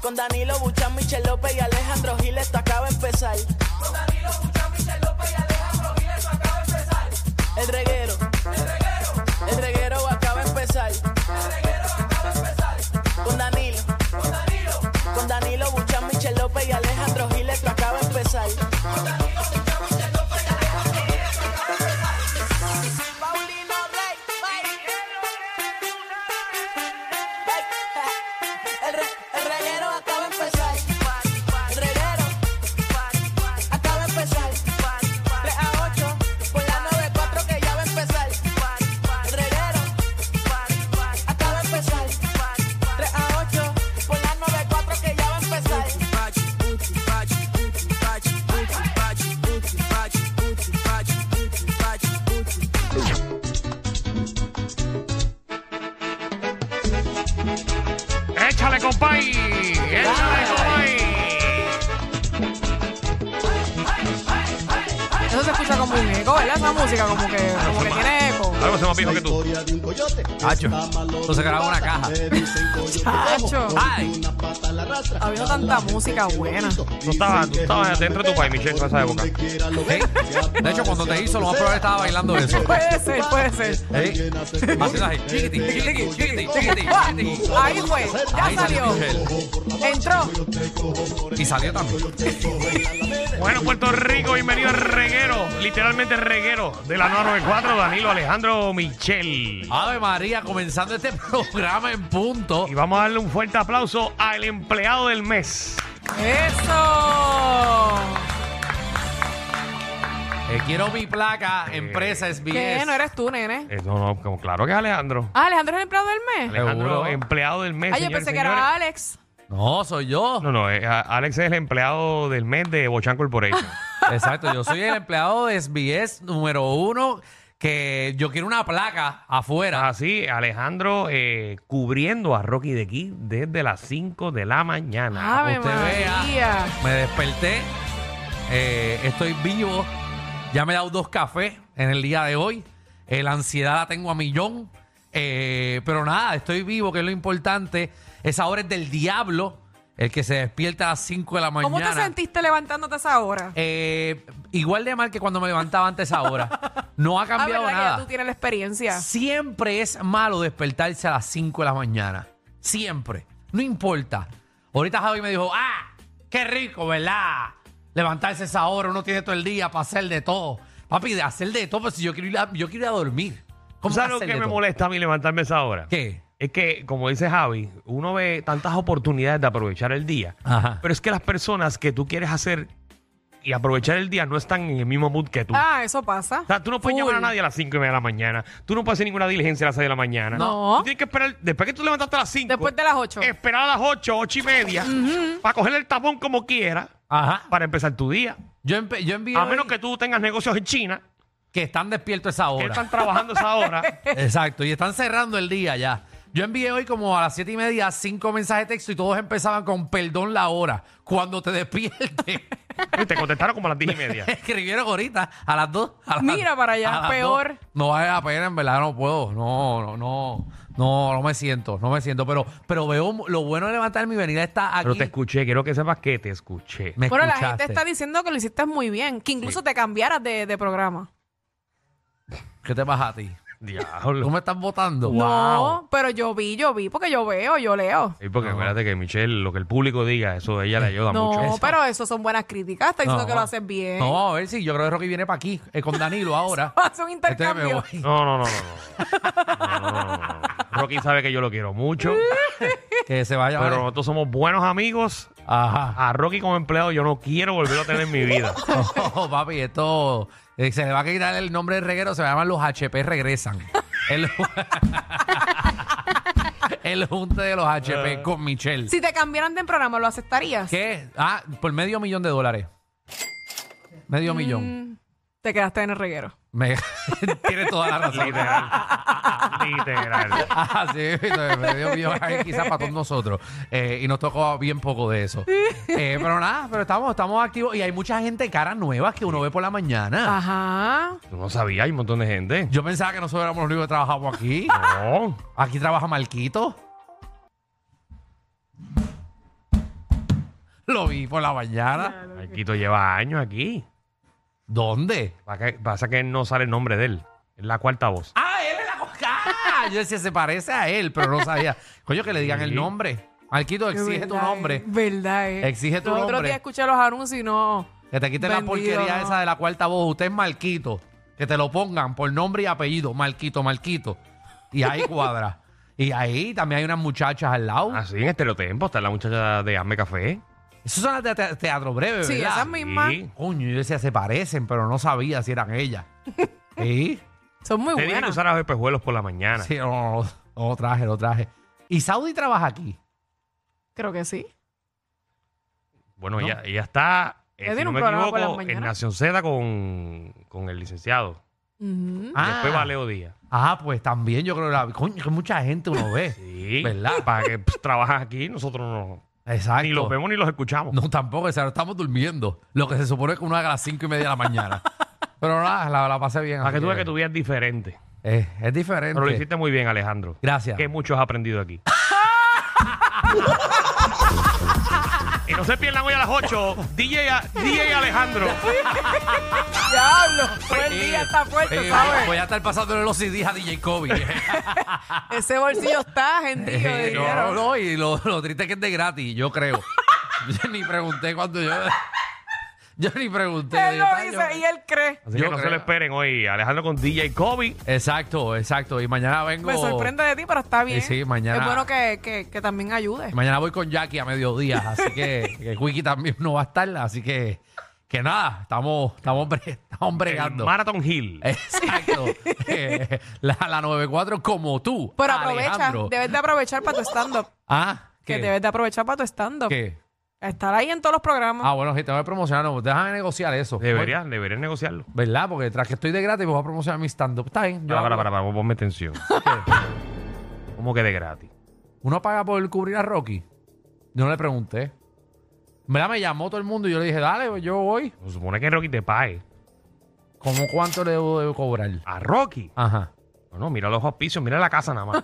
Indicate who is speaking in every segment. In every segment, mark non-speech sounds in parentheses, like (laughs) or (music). Speaker 1: Con Danilo Buchan, Michel López y Alejandro Gil, esto acaba de empezar.
Speaker 2: Con Danilo Buchan, Michel López y Alejandro Gil, esto acaba de empezar.
Speaker 1: El reguero,
Speaker 2: El reguero,
Speaker 1: el reguero acaba de empezar.
Speaker 2: el reguero acaba de empezar.
Speaker 1: Con Danilo,
Speaker 2: Con Danilo,
Speaker 1: con Danilo Buchan, Michel López y Alejandro Gil, esto acaba de empezar. Paulino Rey, El, re- el reguero acaba de empezar. El reguero acaba de empezar. 3 a 8 por la 94 que ya va a empezar. El reguero acaba de empezar. 3 a 8 por la 94 que ya va a empezar.
Speaker 3: Échale, compay. Échale, compay.
Speaker 4: Eso se escucha como un eco, ¿verdad? Esa música como que, como que tiene eco.
Speaker 3: Algo se más viejo que
Speaker 5: La
Speaker 3: tú.
Speaker 5: historia de un coyote.
Speaker 6: Hacho,
Speaker 5: Está malo
Speaker 6: eso se grabó en una
Speaker 5: de
Speaker 6: caja.
Speaker 5: pata, le dicen coyote
Speaker 4: Chacho.
Speaker 5: bravo,
Speaker 6: Ay.
Speaker 5: una pata la arrastra.
Speaker 4: Habido
Speaker 5: Había
Speaker 4: tanta música buena.
Speaker 3: Tú estabas, tú estabas dentro de tu país, Michelle, en esa época.
Speaker 6: Sí. De hecho, cuando te hizo, lo más probable estaba bailando eso.
Speaker 4: Puede ser, puede ser.
Speaker 6: ¿Eh? Haciendo así, chiquiti, chiquiti, chiquiti, chiquiti,
Speaker 4: Ah,
Speaker 6: chiquiti.
Speaker 4: Ahí fue, ya
Speaker 6: Ahí salió
Speaker 4: salió.
Speaker 6: Michelle.
Speaker 4: Entró.
Speaker 6: Y salió también.
Speaker 3: Bueno, Puerto Rico, bienvenido al reguero. Literalmente reguero de la 994, Danilo Alejandro Michel.
Speaker 6: Ave María, comenzando este (laughs) programa en punto.
Speaker 3: Y vamos a darle un fuerte aplauso al empleado del mes.
Speaker 4: Eso.
Speaker 6: Eh, quiero mi placa, empresa SBS.
Speaker 4: ¿Qué? No eres tú, nene.
Speaker 3: Eh, no, no, como- claro que es Alejandro.
Speaker 4: Ah, Alejandro es el empleado del mes.
Speaker 3: Alejandro,
Speaker 6: Seguro.
Speaker 3: empleado del mes.
Speaker 4: Ay, yo
Speaker 3: señores,
Speaker 4: pensé que era
Speaker 3: señores.
Speaker 4: Alex.
Speaker 6: No, soy yo.
Speaker 3: No, no, eh, a- Alex es el empleado del mes de Bochan Corporation.
Speaker 6: Exacto, yo soy el empleado de SBS número uno que yo quiero una placa afuera.
Speaker 3: Así, Alejandro eh, cubriendo a Rocky de aquí desde las 5 de la mañana.
Speaker 4: Ave
Speaker 6: usted vea.
Speaker 4: María.
Speaker 6: Me desperté, eh, estoy vivo, ya me he dado dos cafés en el día de hoy, Eh, la ansiedad la tengo a millón, Eh, pero nada, estoy vivo, que es lo importante. Esa hora es del diablo, el que se despierta a las 5 de la mañana.
Speaker 4: ¿Cómo te sentiste levantándote a esa hora?
Speaker 6: Eh, igual de mal que cuando me levantaba antes a esa hora. No
Speaker 4: (laughs)
Speaker 6: ha
Speaker 4: Ah,
Speaker 6: cambiado
Speaker 4: verdad que ya
Speaker 6: nada.
Speaker 4: tú tienes la experiencia.
Speaker 6: Siempre es malo despertarse a las 5 de la mañana. Siempre. No importa. Ahorita Javi me dijo, ah, qué rico, ¿verdad? Levantarse a esa hora, uno tiene todo el día para hacer de todo. Papi, de hacer de todo, pues si yo quiero ir a, yo quiero ir a dormir.
Speaker 3: ¿Tú
Speaker 6: ¿Cómo
Speaker 3: sabes lo
Speaker 6: hacer
Speaker 3: que
Speaker 6: de
Speaker 3: me
Speaker 6: todo?
Speaker 3: molesta a mí levantarme a esa hora?
Speaker 6: ¿Qué?
Speaker 3: Es que, como dice Javi, uno ve tantas oportunidades de aprovechar el día.
Speaker 4: Ah.
Speaker 6: Ajá.
Speaker 3: Pero es que las personas que tú quieres hacer y aprovechar el día no están en el mismo mood que tú.
Speaker 4: Ah, eso pasa.
Speaker 3: O sea, tú no puedes
Speaker 4: Full.
Speaker 3: llamar a nadie a las 5 y media de la mañana. Tú no puedes hacer ninguna diligencia a las 6 de la mañana.
Speaker 4: No.
Speaker 3: Tú tienes que esperar, después que tú levantaste a las 5.
Speaker 4: Después de las ocho.
Speaker 3: Esperar a las 8, 8 y media. Para coger el tapón como quiera.
Speaker 6: Ajá.
Speaker 3: Para empezar tu día.
Speaker 6: Yo, empe- yo envío
Speaker 3: A menos que tú tengas negocios en China.
Speaker 6: que están despiertos a esa
Speaker 3: Que
Speaker 6: hora.
Speaker 3: están trabajando esa hora.
Speaker 6: (laughs) Exacto, y están cerrando el día ya. Yo envié hoy como a las siete y media cinco mensajes de texto y todos empezaban con perdón la hora. Cuando te (laughs) despiertes.
Speaker 3: y te contestaron como a las 10 y
Speaker 6: (laughs)
Speaker 3: media.
Speaker 6: Escribieron ahorita a las dos. a las-
Speaker 4: Mira para allá,
Speaker 6: a las
Speaker 4: peor.
Speaker 6: dos. No vale la pena, en verdad no puedo. No, no, no. No, no me siento, no me siento. Pero, pero veo mu- lo bueno de levantarme y venir a esta
Speaker 3: (laughs)
Speaker 6: aquí.
Speaker 3: Pero te escuché. Quiero que sepas que te escuché.
Speaker 6: Me
Speaker 4: Bueno, la gente
Speaker 6: escuchaste.
Speaker 4: está diciendo que lo hiciste muy bien, que incluso te cambiaras de, de programa.
Speaker 6: ¿Qué te pasa a ti?
Speaker 3: Diablo.
Speaker 6: ¿Tú me estás votando?
Speaker 4: No, pero yo vi, yo vi, porque yo veo, yo leo.
Speaker 3: Sí, porque acuérdate que Michelle, lo que el público diga, eso a ella le ayuda
Speaker 4: No,
Speaker 3: mucho.
Speaker 4: pero eso son buenas críticas, está diciendo que lo haces bien. (laughs)
Speaker 6: Ah, No, vamos a ver si yo creo que Rocky viene para aquí eh, con Danilo ahora.
Speaker 4: Hace un
Speaker 6: Entonces me
Speaker 4: intercambio.
Speaker 6: voy.
Speaker 3: No, no, no, no, no. No, no, no, no, no. Rocky sabe que yo lo quiero mucho,
Speaker 6: Que se vaya.
Speaker 3: pero
Speaker 6: vale.
Speaker 3: nosotros somos buenos amigos.
Speaker 6: Ajá.
Speaker 3: A Rocky como empleado yo no quiero volverlo a tener en mi vida.
Speaker 6: Oh, papi, esto eh, se le va a quitar el nombre del reguero, se va a llamar los HP regresan. El, (laughs) el junte de los HP con Michelle.
Speaker 4: Si te cambiaran de programa, ¿lo aceptarías?
Speaker 6: ¿Qué? Ah, por medio millón de dólares. Medio
Speaker 4: Mm.
Speaker 6: millón.
Speaker 4: Te quedaste en el reguero.
Speaker 6: Me, (laughs) tiene toda la razón.
Speaker 3: Literal. Literal.
Speaker 6: Ah, sí, entonces, medio millón ahí quizás para todos nosotros. Eh, y nos tocó bien poco de eso. Eh, pero nada, pero estamos, estamos activos y hay mucha gente caras nuevas que uno ve por la
Speaker 4: Ah.
Speaker 6: mañana.
Speaker 4: Ajá.
Speaker 3: Tú no sabías, hay un montón de gente.
Speaker 6: Yo pensaba que nosotros éramos los únicos que trabajábamos aquí.
Speaker 3: No.
Speaker 6: Aquí trabaja Marquito. Lo vi por la mañana.
Speaker 3: Marquito lleva años aquí.
Speaker 6: ¿Dónde?
Speaker 3: Pa' que- Pasa que no sale el nombre de él. Es la cuarta voz.
Speaker 6: Ah, él es la coca. Yo decía, se parece a él, pero no sabía. Coño, que le digan el
Speaker 3: Sí.
Speaker 6: nombre. Marquito, exige tu
Speaker 4: Verdad,
Speaker 6: nombre.
Speaker 4: eh. Verdad, eh.
Speaker 6: Exige tu
Speaker 4: Los
Speaker 6: nombre.
Speaker 4: otros días escuché los anuncios y no.
Speaker 6: Que te quiten la
Speaker 4: Vendido,
Speaker 6: porquería
Speaker 4: no.
Speaker 6: esa de la cuarta voz. Usted es Marquito. Que te lo pongan por nombre y apellido. Marquito, Marquito. Y ahí cuadra.
Speaker 4: (laughs)
Speaker 6: y ahí también hay unas muchachas al lado.
Speaker 4: Ah.
Speaker 3: Así Ah, en Estereotempo está la muchacha de Hazme Café.
Speaker 6: Esas son las de te- teatro breve,
Speaker 4: Sí,
Speaker 6: ¿verdad?
Speaker 4: esas mismas
Speaker 3: Sí.
Speaker 6: Coño, yo decía, se parecen, pero no sabía si eran
Speaker 3: (laughs)
Speaker 6: ellas. sí.
Speaker 4: son muy
Speaker 3: Te dije que
Speaker 4: buenas.
Speaker 3: usara espejuelos por la mañana.
Speaker 6: Sí, no, no, no, no traje, no traje. ¿Y Saudi trabaja aquí?
Speaker 4: Creo que sí.
Speaker 3: Bueno,
Speaker 6: No.
Speaker 3: ella, ella está, eh,
Speaker 4: Ella
Speaker 3: si
Speaker 4: tiene
Speaker 3: no
Speaker 4: un
Speaker 3: me
Speaker 4: programa por las
Speaker 3: equivoco, en
Speaker 4: mañanas.
Speaker 3: Nación Z con, con el licenciado.
Speaker 4: Ujú.
Speaker 6: Ah.
Speaker 3: Después va Leo Díaz.
Speaker 6: Ah, pues también yo creo que la... Coño, que mucha gente uno ve.
Speaker 3: Sí.
Speaker 6: ¿Verdad?
Speaker 3: Para que pues, trabajas aquí, nosotros no.
Speaker 6: Exacto.
Speaker 3: Ni los vemos ni los escuchamos.
Speaker 6: No, tampoco, o sea, no estamos durmiendo. Lo que se supone es que uno haga a las cinco y media de la mañana. Pero nada, la, la pasé bien.
Speaker 3: Para
Speaker 6: así
Speaker 3: que tú veas que tu vida es diferente.
Speaker 6: Eh, es diferente.
Speaker 3: Pero lo hiciste muy bien, Alejandro.
Speaker 6: Gracias.
Speaker 3: Que mucho has aprendido
Speaker 6: (laughs)
Speaker 3: aquí. y no se pierdan hoy a las 8. DJ, a- DJ Alejandro.
Speaker 4: Diablo, fue el día está
Speaker 6: Eh,
Speaker 4: fuerte, ¿sabes?
Speaker 6: Voy a estar pasándole los CDs a DJ Kobe.
Speaker 4: Ese bolsillo está gentío de
Speaker 6: Eh,
Speaker 4: dinero.
Speaker 6: (laughs) no, no, y lo, lo triste es que es de gratis, yo creo. (laughs) yo ni pregunté cuando yo. (laughs) Yo ni pregunté.
Speaker 4: Él
Speaker 6: yo
Speaker 4: lo
Speaker 6: estaba-
Speaker 4: dice y él cree.
Speaker 3: Así
Speaker 6: Yo
Speaker 3: que no se
Speaker 6: creo.
Speaker 3: lo esperen hoy. Alejandro con DJ Kobe.
Speaker 6: Exacto, exacto. Y mañana vengo.
Speaker 4: Me sorprende de ti, pero está bien.
Speaker 6: sí, mañana-
Speaker 4: Es bueno que, que, que también ayude.
Speaker 6: Mañana voy con Jackie a mediodía, así que, que Wiki también no va a estar, así que, que nada, estamos, estamos, bre- estamos
Speaker 3: El
Speaker 6: bregando.
Speaker 3: Marathon Hill.
Speaker 4: (laughs)
Speaker 6: Exacto. Eh, la, la 94 como tú.
Speaker 4: Pero aprovecha,
Speaker 6: Alejandro.
Speaker 4: debes de aprovechar para tu
Speaker 6: (laughs)
Speaker 4: stand-up.
Speaker 6: Ah,
Speaker 4: Que
Speaker 6: ¿qué?
Speaker 4: debes de aprovechar para tu stand-up.
Speaker 6: ¿Qué?
Speaker 4: Estar ahí en todos los programas.
Speaker 6: Ah, bueno, si te voy a promocionar, no, déjame negociar eso.
Speaker 3: Deberías, deberías negociarlo.
Speaker 6: Bueno, ¿Verdad? Porque tras que estoy de gratis, pues voy a promocionar mi stand-up. Está bien. yo
Speaker 3: Para, para,
Speaker 6: hago-
Speaker 3: para, para, ponme
Speaker 6: (laughs)
Speaker 3: tensión. ¿Cómo que de gratis?
Speaker 6: Uno paga por cubrir a Rocky. Yo no le pregunté. En ¿Verdad? Me llamó todo el mundo y yo le dije, dale, pues, yo voy.
Speaker 3: Se supone que Rocky te pague.
Speaker 6: ¿Cómo cuánto le debo, debo cobrar?
Speaker 3: A Rocky.
Speaker 6: Ajá. (laughs)
Speaker 3: No, no, mira los auspicios, mira la casa nada más.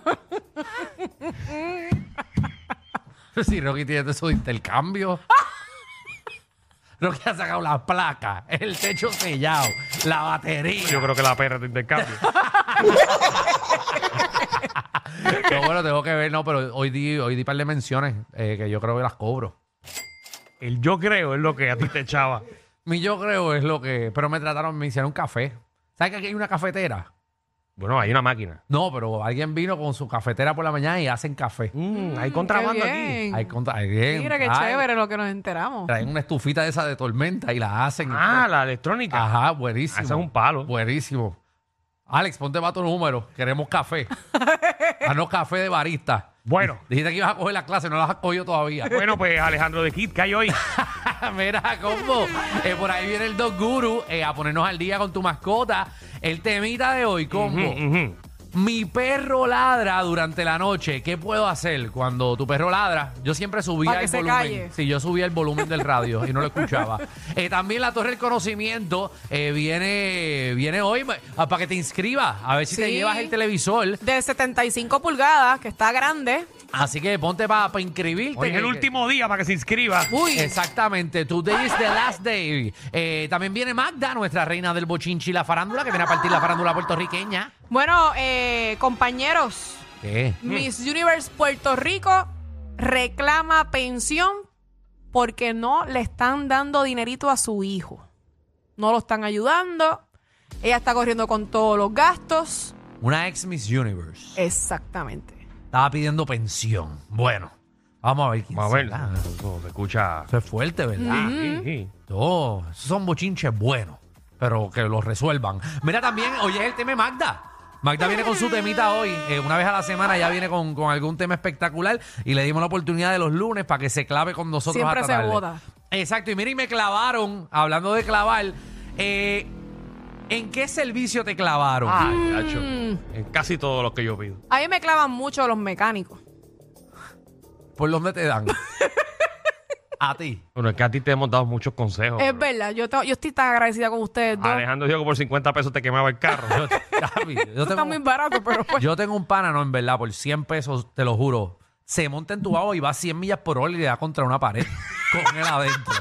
Speaker 6: Si Rocky tiene todo eso de intercambio. (laughs) Rocky ha sacado la placa, el techo sellado, la
Speaker 3: Yo
Speaker 6: batería.
Speaker 3: creo que la perra te intercambio.
Speaker 6: (laughs) Pero bueno, tengo que ver, no, pero hoy di, hoy di par de menciones eh, que yo creo que las cobro.
Speaker 3: El yo creo es lo que a ti te echaba.
Speaker 6: Mi yo creo es lo que. Pero me trataron, me hicieron un café. ¿Sabes que aquí hay una cafetera?
Speaker 3: Bueno, hay una máquina.
Speaker 6: No, pero alguien vino con su cafetera por la mañana y hacen café.
Speaker 3: Mm, hay contrabando
Speaker 4: qué
Speaker 3: aquí.
Speaker 4: bien.
Speaker 6: Hay contra- alguien
Speaker 4: Mira qué
Speaker 6: trae-
Speaker 4: chévere lo que nos enteramos.
Speaker 6: Traen una estufita de esa de tormenta y la hacen.
Speaker 3: Ah, la electrónica.
Speaker 6: Ajá, buenísimo.
Speaker 3: Ese es un palo.
Speaker 6: Buenísimo. Alex, ponte para tu número. Queremos
Speaker 3: (laughs)
Speaker 6: café. Danos café de barista.
Speaker 3: Bueno.
Speaker 6: Dijiste que ibas a coger la clase, no las has cogido todavía.
Speaker 3: (laughs)
Speaker 6: Pues,
Speaker 3: Bueno, pues Alejandro de Kid, ¿qué hay
Speaker 6: (laughs)
Speaker 3: hoy?
Speaker 6: Mira, combo. eh, por ahí viene el Dog Guru eh, a ponernos al día con tu mascota. El temita de hoy, combo.
Speaker 3: Ujú.
Speaker 6: Mi perro ladra durante la noche. ¿Qué puedo hacer cuando tu perro ladra? Yo siempre subía
Speaker 4: Pa' que
Speaker 6: el
Speaker 4: se
Speaker 6: volumen.
Speaker 4: calle.
Speaker 6: Sí, yo subía el volumen del radio y no
Speaker 4: (laughs)
Speaker 6: lo escuchaba. Eh, también la Torre del Conocimiento eh, viene, viene hoy ah, para que te inscribas. A ver si te
Speaker 4: Sí.
Speaker 6: llevas el televisor.
Speaker 4: De 75 pulgadas, que está grande.
Speaker 6: Así que ponte para inscribirte.
Speaker 3: Hoy es
Speaker 6: que-
Speaker 3: el último día para que se inscriba.
Speaker 4: Uy,
Speaker 6: Exactamente, today is the last day. Eh, también viene Magda, nuestra reina del bochinchi y la farándula, que viene a partir la farándula puertorriqueña.
Speaker 4: bueno, eh, compañeros,
Speaker 6: ¿Qué?
Speaker 4: Miss Universe Puerto Rico reclama pensión porque no le están dando dinerito a su hijo. No lo están ayudando. Ella está corriendo con todos los gastos.
Speaker 6: Una ex Miss Universe.
Speaker 4: Exactamente.
Speaker 6: Estaba pidiendo pensión. Bueno, vamos a ver quién
Speaker 3: Vamos a ver.
Speaker 6: será.
Speaker 3: Eso se escucha. Ah,
Speaker 6: Eso es fuerte, ¿verdad?
Speaker 3: Sí, sí.
Speaker 6: No, esos son bochinches buenos, pero que los resuelvan. Mira también, hoy es el tema de Magda. Magda viene con su temita hoy. eh, una vez a la semana ya viene con, con algún tema espectacular y le dimos la oportunidad de los lunes para que se clave con nosotros
Speaker 4: Siempre
Speaker 6: hasta
Speaker 4: se
Speaker 6: tarde.
Speaker 4: vota.
Speaker 6: Exacto, y mira, y me clavaron, hablando de clavar, eh, ¿en qué servicio te clavaron?
Speaker 4: Ah,
Speaker 3: Ay, chacho.
Speaker 4: mm.
Speaker 3: En casi todo lo que yo pido.
Speaker 4: A mí me clavan mucho los mecánicos.
Speaker 6: ¿Por dónde te
Speaker 4: (laughs)
Speaker 6: dan? a ti.
Speaker 3: Bueno, es que a ti te hemos dado muchos
Speaker 6: Oh,
Speaker 3: consejos.
Speaker 4: Es
Speaker 3: bro.
Speaker 4: verdad, yo, te- yo estoy tan agradecida con ustedes dos.
Speaker 3: Alejandro dijo que por 50 pesos te quemaba el
Speaker 4: (laughs)
Speaker 3: carro.
Speaker 6: Yo, Gaby, yo
Speaker 4: Eso está
Speaker 6: tengo-
Speaker 4: muy barato, pero pues.
Speaker 6: Yo tengo un pana, no, en verdad, por 100 pesos, te lo juro. Se monta en tu agua y va a 100 millas por hora y le da contra una pared. (laughs) con él adentro.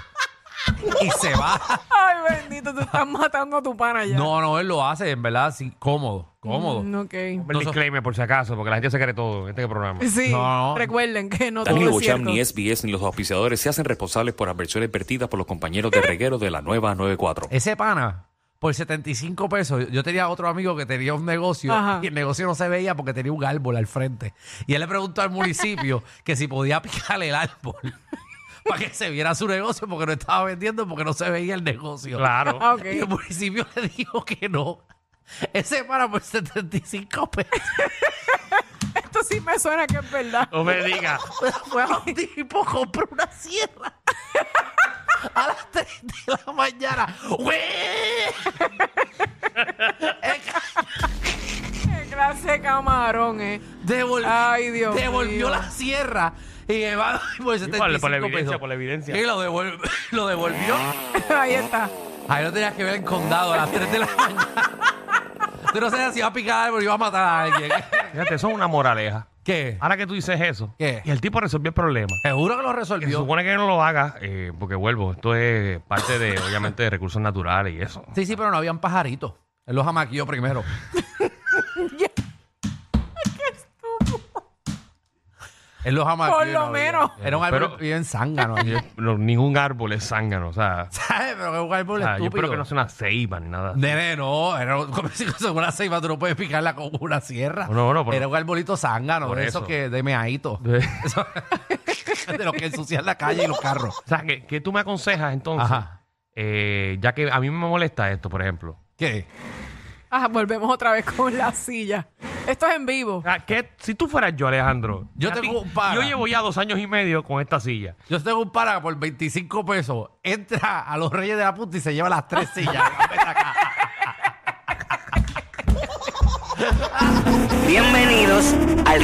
Speaker 6: Y se va.
Speaker 4: Ay, bendito, tú estás matando a tu pana ya.
Speaker 6: No, no, él lo hace, en verdad, sí, cómodo, cómodo.
Speaker 4: Mm, ok.
Speaker 3: El disclaimer, por si acaso, porque la gente se cree todo en este programa.
Speaker 4: Sí,
Speaker 6: No, no.
Speaker 4: recuerden que no
Speaker 5: Danilo
Speaker 4: todo es
Speaker 5: Bocham,
Speaker 4: cierto.
Speaker 5: ni SBS, ni los auspiciadores se hacen responsables por adversiones vertidas por los compañeros de reguero de la nueva 94.
Speaker 6: Ese pana, por 75 pesos, yo tenía otro amigo que tenía un negocio
Speaker 4: Ajá.
Speaker 6: y el negocio no se veía porque tenía un árbol al frente. Y él le preguntó
Speaker 4: (laughs)
Speaker 6: al municipio que si podía picar el árbol (laughs) para que se viera su negocio porque no estaba vendiendo porque no se veía el negocio.
Speaker 3: Claro.
Speaker 4: (laughs) Ah, ok.
Speaker 6: (laughs) Y el municipio le dijo que no. Ese pana por 75 pesos
Speaker 4: Esto sí me suena que es verdad.
Speaker 6: Oh.
Speaker 3: No me digas.
Speaker 6: fue a un tipo, compró una sierra a las 3 de la mañana. ¡Güey!
Speaker 4: Qué clase de camarón, eh. (laughs)
Speaker 6: Devolvió,
Speaker 4: Ay, Dios mío.
Speaker 6: devolvió la sierra y llevaba (laughs) por 75
Speaker 3: por la evidencia,
Speaker 6: pesos.
Speaker 3: por la evidencia.
Speaker 6: Y lo, devolvió, (laughs) lo devolvió.
Speaker 4: Ahí está.
Speaker 6: Ahí lo tenías que ver en condado a las 3 de la (laughs) mañana. Tú no sabías si iba a picar árbol o iba a matar a alguien. (laughs)
Speaker 3: Fíjate, eso es una moraleja.
Speaker 6: ¿Qué?
Speaker 3: Ahora que tú dices eso,
Speaker 6: ¿Qué?
Speaker 3: y el tipo resolvió el problema.
Speaker 6: Seguro que lo
Speaker 3: Que se
Speaker 6: resolvió.
Speaker 3: supone que no lo haga, eh, porque vuelvo, esto es parte de, obviamente, de recursos naturales y eso.
Speaker 6: Sí, sí, pero no habían pajaritos. Él los
Speaker 4: (laughs)
Speaker 6: amaquilló primero. Él los amaquilló.
Speaker 4: Por
Speaker 6: y
Speaker 4: lo
Speaker 6: no había.
Speaker 4: menos.
Speaker 6: Era un árbol
Speaker 3: Pero-
Speaker 6: que vive
Speaker 4: (laughs)
Speaker 6: en zángano. allí.
Speaker 3: No, ningún árbol es zángano, o sea,
Speaker 6: ¿Sabes? Pero que un
Speaker 3: o
Speaker 6: árbol
Speaker 3: sea, Ah, yo
Speaker 6: estúpido.
Speaker 3: espero que no sea una ceiba ni nada.
Speaker 6: Nene, no, era un- (laughs) como si con una ceiba tú no puedes picarla con una sierra.
Speaker 3: No, no, por-
Speaker 6: era un arbolito zángano,
Speaker 3: por
Speaker 6: de
Speaker 3: eso.
Speaker 6: esos que
Speaker 3: (laughs)
Speaker 6: de meadito.
Speaker 3: De-
Speaker 6: Eso- (laughs) de los que ensucian la calle y los carros.
Speaker 3: O sea, ¿qué, qué tú me aconsejas entonces?
Speaker 6: Ajá.
Speaker 3: Eh, ya que a mí me molesta esto, por ejemplo.
Speaker 6: ¿Qué?
Speaker 4: Ah, volvemos otra vez con la silla. Esto es en vivo.
Speaker 3: O sea, Ah, ¿qué- si tú fueras yo, Alejandro.
Speaker 6: Yo
Speaker 3: a
Speaker 6: tengo
Speaker 3: ti-
Speaker 6: un pana.
Speaker 3: Yo llevo ya dos años y medio con esta silla.
Speaker 6: Yo tengo un para por 25 pesos, entra a los Reyes de la Punta y se lleva las tres sillas. Vete acá.
Speaker 7: Bienvenidos al